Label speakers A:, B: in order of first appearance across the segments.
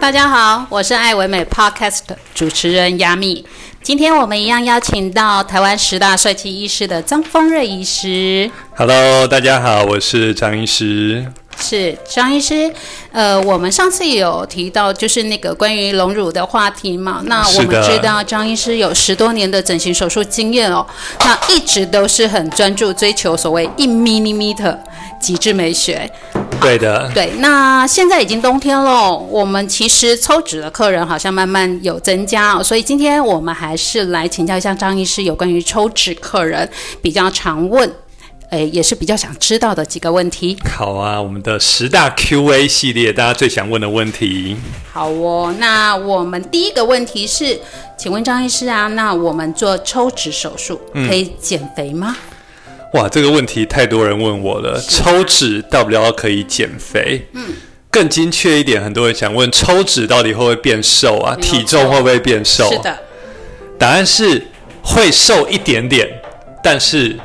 A: 大家好，我是爱唯美 Podcast 主持人亚米。今天我们一样邀请到台湾十大帅气医师的张丰瑞医师。
B: Hello，大家好，我是张医师。
A: 是张医师，呃，我们上次有提到就是那个关于隆乳的话题嘛，那我
B: 是
A: 们
B: 的
A: 知道张医师有十多年的整形手术经验哦，那一直都是很专注追求所谓一 millimeter 极致美学。
B: 对的，
A: 对，那现在已经冬天了，我们其实抽脂的客人好像慢慢有增加哦，所以今天我们还是来请教一下张医师有关于抽脂客人比较常问，诶，也是比较想知道的几个问题。
B: 好啊，我们的十大 Q&A 系列，大家最想问的问题。
A: 好哦，那我们第一个问题是，请问张医师啊，那我们做抽脂手术可以减肥吗？
B: 哇，这个问题太多人问我了。抽脂到不了可以减肥，嗯，更精确一点，很多人想问抽脂到底会不会变瘦啊？
A: 没有错
B: 体重会不会变瘦？啊
A: 是，的，
B: 答案是会瘦一点点，但是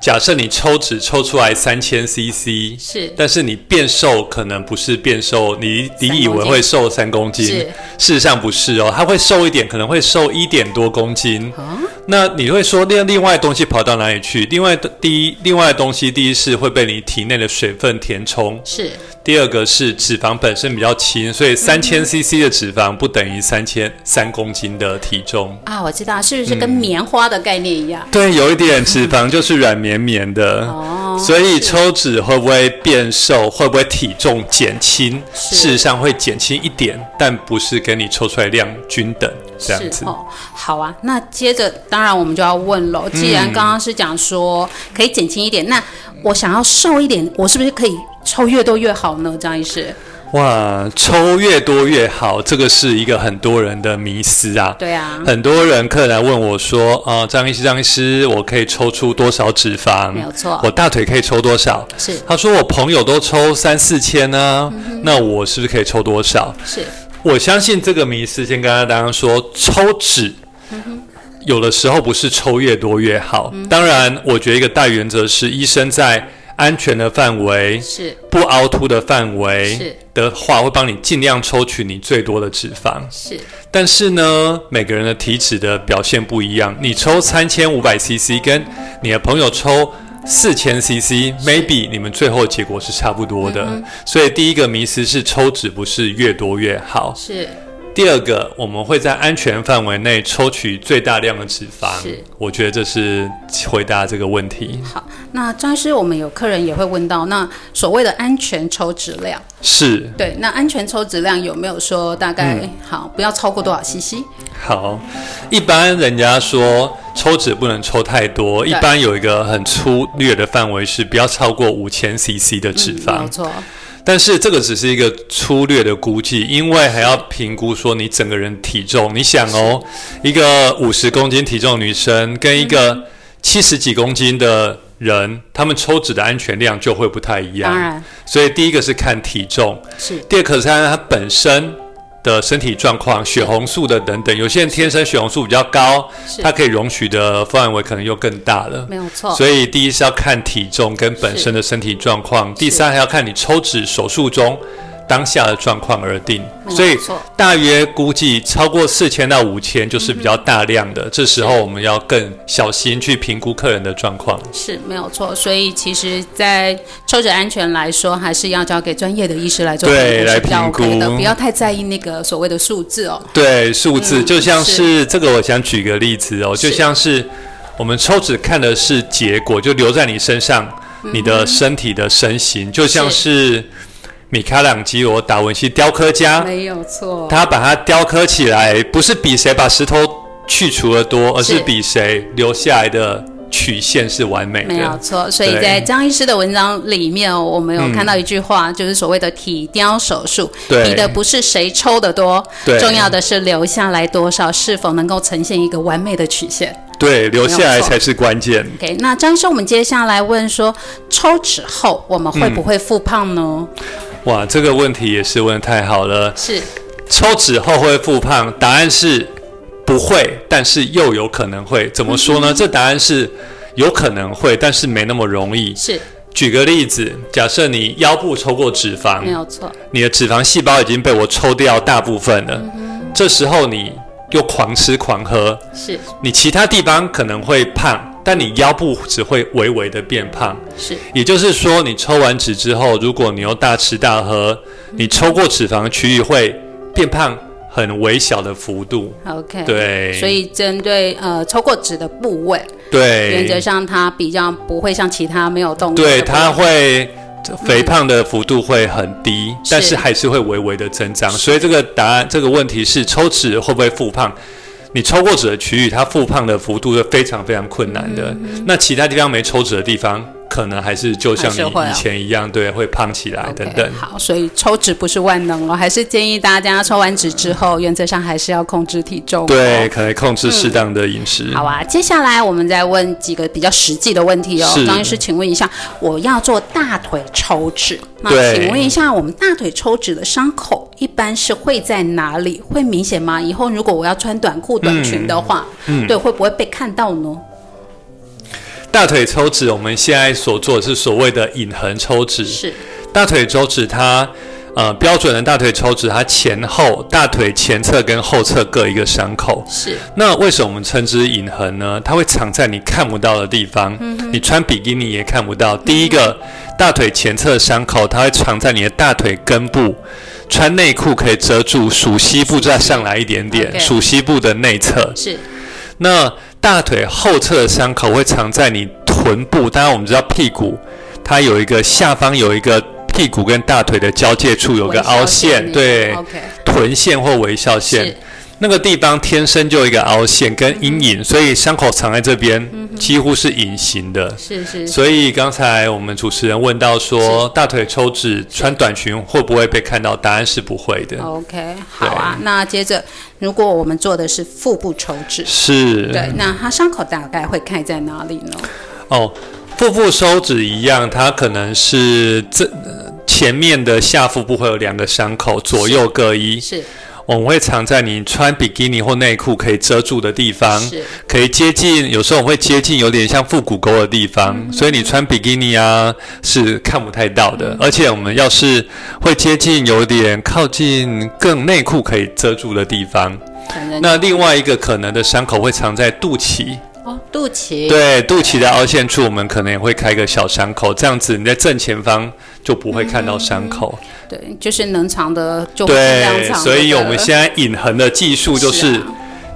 B: 假设你抽脂抽出来三千 CC，
A: 是
B: 但是你变瘦可能不是变瘦，你你
A: 三
B: 以为
A: 公斤
B: 会瘦三公斤，
A: 是
B: 事实上不是哦，它会瘦一点，可能会瘦一点多公斤。
A: 啊
B: 那你会说另另外东西跑到哪里去？另外的第一，另外的东西，第一是会被你体内的水分填充，
A: 是
B: 第二个是脂肪本身比较轻，所以三千 CC 的脂肪不等于三千三公斤的体重。
A: 啊，我知道，是不是跟棉花的概念一样？
B: 对，有一点脂肪就是软绵绵的，
A: 哦
B: 所以抽脂会不会变瘦，会不会体重减轻？
A: 是
B: 事实上会减轻一点，但不是跟你抽出来量均等这样子
A: 是。哦，好啊。那接着，当然我们就要问
B: 嗯
A: 喽。既然刚刚是讲说可以减轻一点，那我想要瘦一点，我是不是可以抽越多越好呢？张医师，
B: 哇，抽越多越好，这个是一个很多人的迷思啊。
A: 对啊，
B: 很多人客人来问我说：“啊、张医师，张医师，我可以抽出多少脂肪？
A: 没有错
B: 我大腿可以抽多少？”
A: 是嗯
B: 他说：“我朋友都抽三四千呢、那我是不是可以抽多少？”
A: 是
B: 我相信这个迷思，先跟大家说，抽脂、有的时候不是抽越多越好。当然，我觉得一个大原则是，医生在安全的范围、
A: 是
B: 不凹凸的范围
A: 是
B: 的话，会帮你尽量抽取你最多的脂肪。
A: 是
B: 但是呢，每个人的体脂的表现不一样，你抽三千五百 CC，跟你的朋友抽。四千 CC，maybe 你们最后结果是差不多的，所以第一个迷思是抽脂不是越多越好，
A: 是
B: 第二个，我们会在安全范围内抽取最大量的脂肪
A: 是。
B: 我觉得这是回答这个问题。
A: 好。那张医师，我们有客人也会问到，那所谓的安全抽脂量，
B: 是
A: 对，那安全抽脂量有没有说大概、
B: 嗯
A: 好不要超过多少 CC？
B: 好，一般人家说抽脂不能抽太多，
A: 对
B: 一般有一个很粗略的范围是不要超过五千 CC 的脂
A: 嗯、没
B: 肪
A: 有。错，
B: 但是这个只是一个粗略的估计，因为还要评估说你整个人体重。你想哦，一个五十公斤体重的女生跟一
A: 嗯
B: 个七十几公斤的人，他们抽脂的安全量就会不太一
A: 当
B: 样。
A: 然
B: 所以第一个是看体重，
A: 是
B: 第二个是看她本身。的身体状况、血红素的等等，有些人天生血红素比较高，
A: 是
B: 她可以容许的范围可能又更大了。
A: 没有错，
B: 所以第一是要看体重跟本身的身体状况，第三还要看你抽脂手术中当下的状况而定。
A: 没有
B: 所以
A: 错
B: 大约估计超过四千到五千就是比较大量的，这时候我们要更小心去评估客人的状况。
A: 是没有错，所以其实，在抽脂安全来说，还是要交给专业的医师来做
B: 对
A: 评估是
B: 来
A: 比较
B: 评估
A: OK 的，不要太在意那个所谓的数字哦。
B: 对数字，
A: 嗯
B: 就像
A: 是
B: 是这个，我想举个例子哦，
A: 是
B: 就像是我们抽脂看的是结果，就留在你身上，你的身体的身形，就像嗯是米开朗基罗、达文西雕刻家，
A: 没有错，
B: 他把它雕刻起来，不是比谁把石头去除的多，而是
A: 是
B: 比谁留下来的曲线是完美
A: 没有
B: 的。
A: 错。所以
B: 对嗯
A: 在张医师的文章里面哦，我们有看到一句话，就是所谓的体雕手术，
B: 对
A: 比的不是谁抽的多，
B: 对
A: 重要的是留下来多少，是否能够呈现一个完美的曲线。
B: 对，留下
A: 没
B: 来
A: 有错
B: 才是关键。
A: OK，那张医师，我们接下来问说，抽脂后我们会
B: 嗯
A: 不会复胖呢？
B: 哇，这个问题也是问的太好了。
A: 是
B: 抽脂后会复胖，答案是不会，但是 又有可能会。怎么说呢？这答案是有可能会，但是没那么容易。
A: 是
B: 举个例子，假设你腰部抽过脂肪
A: 没，有错，
B: 你的脂肪细胞已经被我抽掉大部分
A: 嗯
B: 了，这时候你又狂吃狂喝，
A: 是
B: 你其他地方可能会胖，但你腰部只会微微的变胖。
A: 是
B: 也就是说，你抽完脂之后，如果你又大吃大喝，你抽过脂肪的区域会变胖很微小的幅度。
A: ，OK。。
B: 对，
A: 所以针对呃抽过脂的部位，原则
B: 对
A: 上它比较不会像其他没有动过的部位。
B: 对，它会肥胖的幅度会很低，但是还是会微微的增长。所以这个答案这个问题是抽脂会不会复胖？你抽过脂的区域，它复胖的幅度是非常非常困难的。那其他地方没抽脂的地方，可能还是就
A: 还
B: 像
A: 是会啊
B: 你以前一样，对，会胖起来
A: OK，
B: 等等。
A: 好，所以抽脂不是万能哦，还是建议大家抽完脂之后，原则上还是要控制体重、哦。
B: 对，。可能控制适当的饮食。
A: 好啊，接下来我们再问几个比较实际的问题哦
B: 是。
A: 张医师，请问一下，我要做大腿抽脂，那
B: 对
A: 请问一下，我们大腿抽脂的伤口一般是会在哪里？会明显吗？以后如果我要穿短裤、短裙的话，
B: 嗯
A: 对，会不会被看到呢？
B: 大腿抽脂，我们现在所做的是所谓的隐痕抽脂。
A: 是
B: 大腿抽脂它，呃，标准的大腿抽脂，它前后大腿前侧跟后侧各一个伤口。
A: 是
B: 那为什么我们称之隐痕呢？它会藏在你看不到的地方，你穿比基尼也看不到。第一个，大腿前侧伤口，它会藏在你的大腿根部，穿内裤可以遮住，属膝部再上来一点点，
A: OK
B: 属膝部的内侧。
A: 是
B: 那大腿后侧的伤口会藏在你臀部，当然我们知道屁股，它有一个下方有一个屁股跟大腿的交界处有个凹陷，对，
A: ，OK，
B: 臀线或微笑线
A: 是，
B: 那个地方天生就有一个凹陷跟阴影，所以伤口藏在这边几乎是隐形的。
A: 是是
B: 所以刚才我们主持人问到说，大腿抽脂穿短裙会不会被看到？答案是不会的，
A: OK，好啊。那接着，如果我们做的是腹部抽脂，
B: 是。
A: 对，那它伤口大概会开在哪里呢？
B: 哦，腹部收脂一样，它可能是这呃前面的下腹部会有两个伤口，左右各一。
A: 是
B: 我们会藏在你穿比基尼或内裤可以遮住的地方，
A: 是
B: 可以接近，有时候我们会接近有点像腹股沟的地方，
A: 嗯
B: 所以你穿比基尼啊是看不太到
A: 嗯
B: 的。而且我们要是会接近有点靠近更内裤可以遮住的地方，
A: 反正
B: 那另外一个可能的伤口会藏在肚脐。
A: 哦，肚脐
B: 对，肚脐的凹陷处，我们可能也会开个小伤口，这样子你在正前方就不会看到伤口。
A: 对，就是能藏的就会尽量
B: 嗯对，
A: 藏就
B: 所
A: 对了。
B: 以我们现在隐痕的技术就是
A: 是啊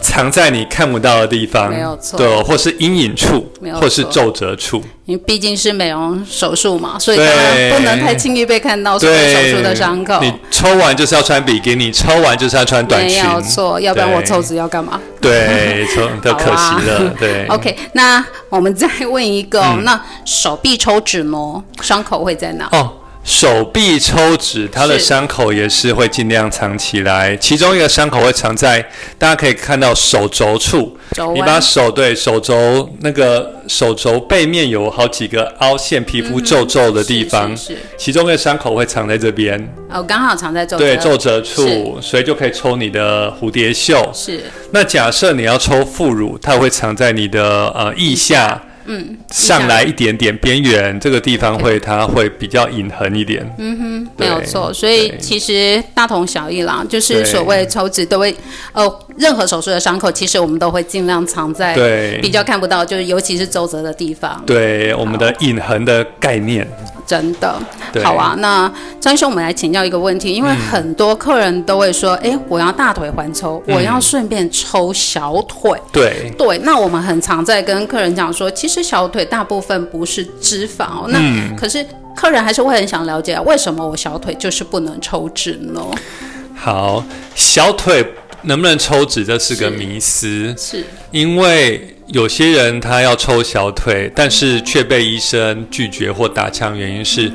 B: 藏在你看不到的地方，
A: 没有错
B: 对，或是阴影处
A: 没，有
B: 或是
A: 错
B: 皱褶处。
A: 呃因为毕竟是美容手术嘛，所以
B: 对
A: 当然不能太轻易被看到所有手术的伤口。
B: 你抽完就是要穿比基尼，抽完就是要穿短
A: 没
B: 裙，
A: 有错，要不然我抽脂要干嘛？
B: 对，抽的可 惜了，
A: 啊
B: 对。嗯
A: OK，那我们再问一个哦、那手臂抽脂呢？伤口会在哪？
B: 哦，手臂抽脂，它的
A: 是
B: 伤口也是会尽量藏起来。其中一个伤口会藏在，大家可以看到手肘处，
A: 肘
B: 你把
A: 弯
B: 手对手肘那个手肘背面有好几个凹陷、皮肤皱皱的地方，
A: 嗯是是是
B: 其中一个伤口会藏在这边，
A: 哦，刚好藏在皱
B: 对
A: 褶
B: 皱褶处，所以就可以抽你的蝴蝶袖。
A: 是
B: 那假设你要抽副乳，它会藏在你的呃腋下。嗯，上来一点点边缘这个地方会，它会比较隐痕一点。
A: 嗯没有
B: 对
A: 错，所以
B: 对
A: 其实大同小异啦，就
B: 对
A: 是所谓抽脂都会，呃，任何手术的伤口，其实我们都会尽量藏在
B: 对
A: 比较看不到，就是尤其是皱褶的地方，
B: 对我们的隐痕的概念，
A: 真的
B: 对。嗯
A: 好啊，那张医生，我们来请教一个问题，因为很多客人都会说，哎、我要大腿环抽，我要顺便抽小腿。
B: 对
A: 对，那我们很常在跟客人讲说，其实小腿大部分不是脂肪哦，那、
B: 嗯
A: 可是客人还是会很想了解啊，为什么我小腿就是不能抽脂呢？
B: 好，小腿能不能抽脂，这是个迷思，
A: 是
B: 因为有些人他要抽小腿，但是却被医生拒绝或打枪，原因是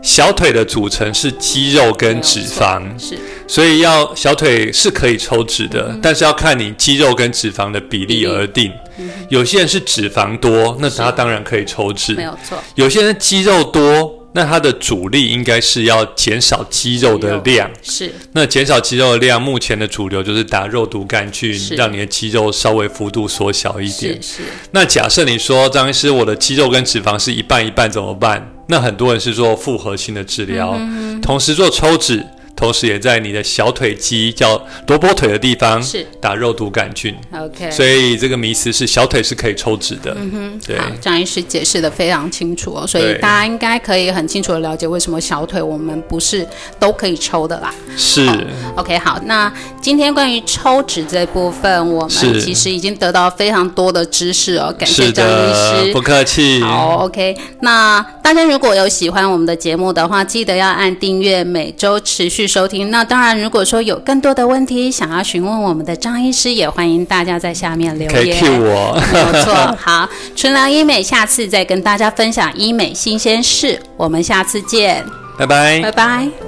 B: 小腿的组成是肌肉跟脂肪，
A: 是
B: 所以要小腿是可以抽脂的，
A: 嗯
B: 但是要看你肌肉跟脂肪的比例
A: 比例
B: 而定。
A: 嗯
B: 有些人是脂肪多，那他当然可以抽脂，
A: 没有错，
B: 有些人肌肉多，那他的主力应该是要减少肌肉的量。
A: 是
B: 那减少肌肉的量，目前的主流就是打肉毒杆菌，
A: 是
B: 让你的肌肉稍微幅度缩小一点
A: 是。是
B: 那假设你说张医师，我的肌肉跟脂肪是一半一半怎么办？那很多人是做复合性的治
A: 嗯
B: 疗，同时做抽脂，同时也在你的小腿肌叫萝卜腿的地方
A: 是
B: 打肉毒杆菌。
A: OK，
B: 所以这个迷思是小腿是可以抽脂的。嗯哼，对。
A: 好，张医师解释的非常清楚哦，所以
B: 对
A: 大家应该可以很清楚的了解为什么小腿我们不是都可以抽的啦。
B: 是，
A: OK，好，那今天关于抽脂这部分，我们
B: 是
A: 其实已经得到非常多的知识哦，感谢
B: 是
A: 张医
B: 的，不
A: 师。
B: 客气。
A: 好，OK，那大家如果有喜欢我们的节目的话，记得要按订阅，每周持续收听。那当然，如果说有更多的问题想要询问我们的张医师，也欢迎大家在下面留
B: 可以
A: 言。
B: cue 我。
A: 没有错，好，纯良医美，下次再跟大家分享医美新鲜事，我们下次见，
B: 拜拜
A: 拜。拜。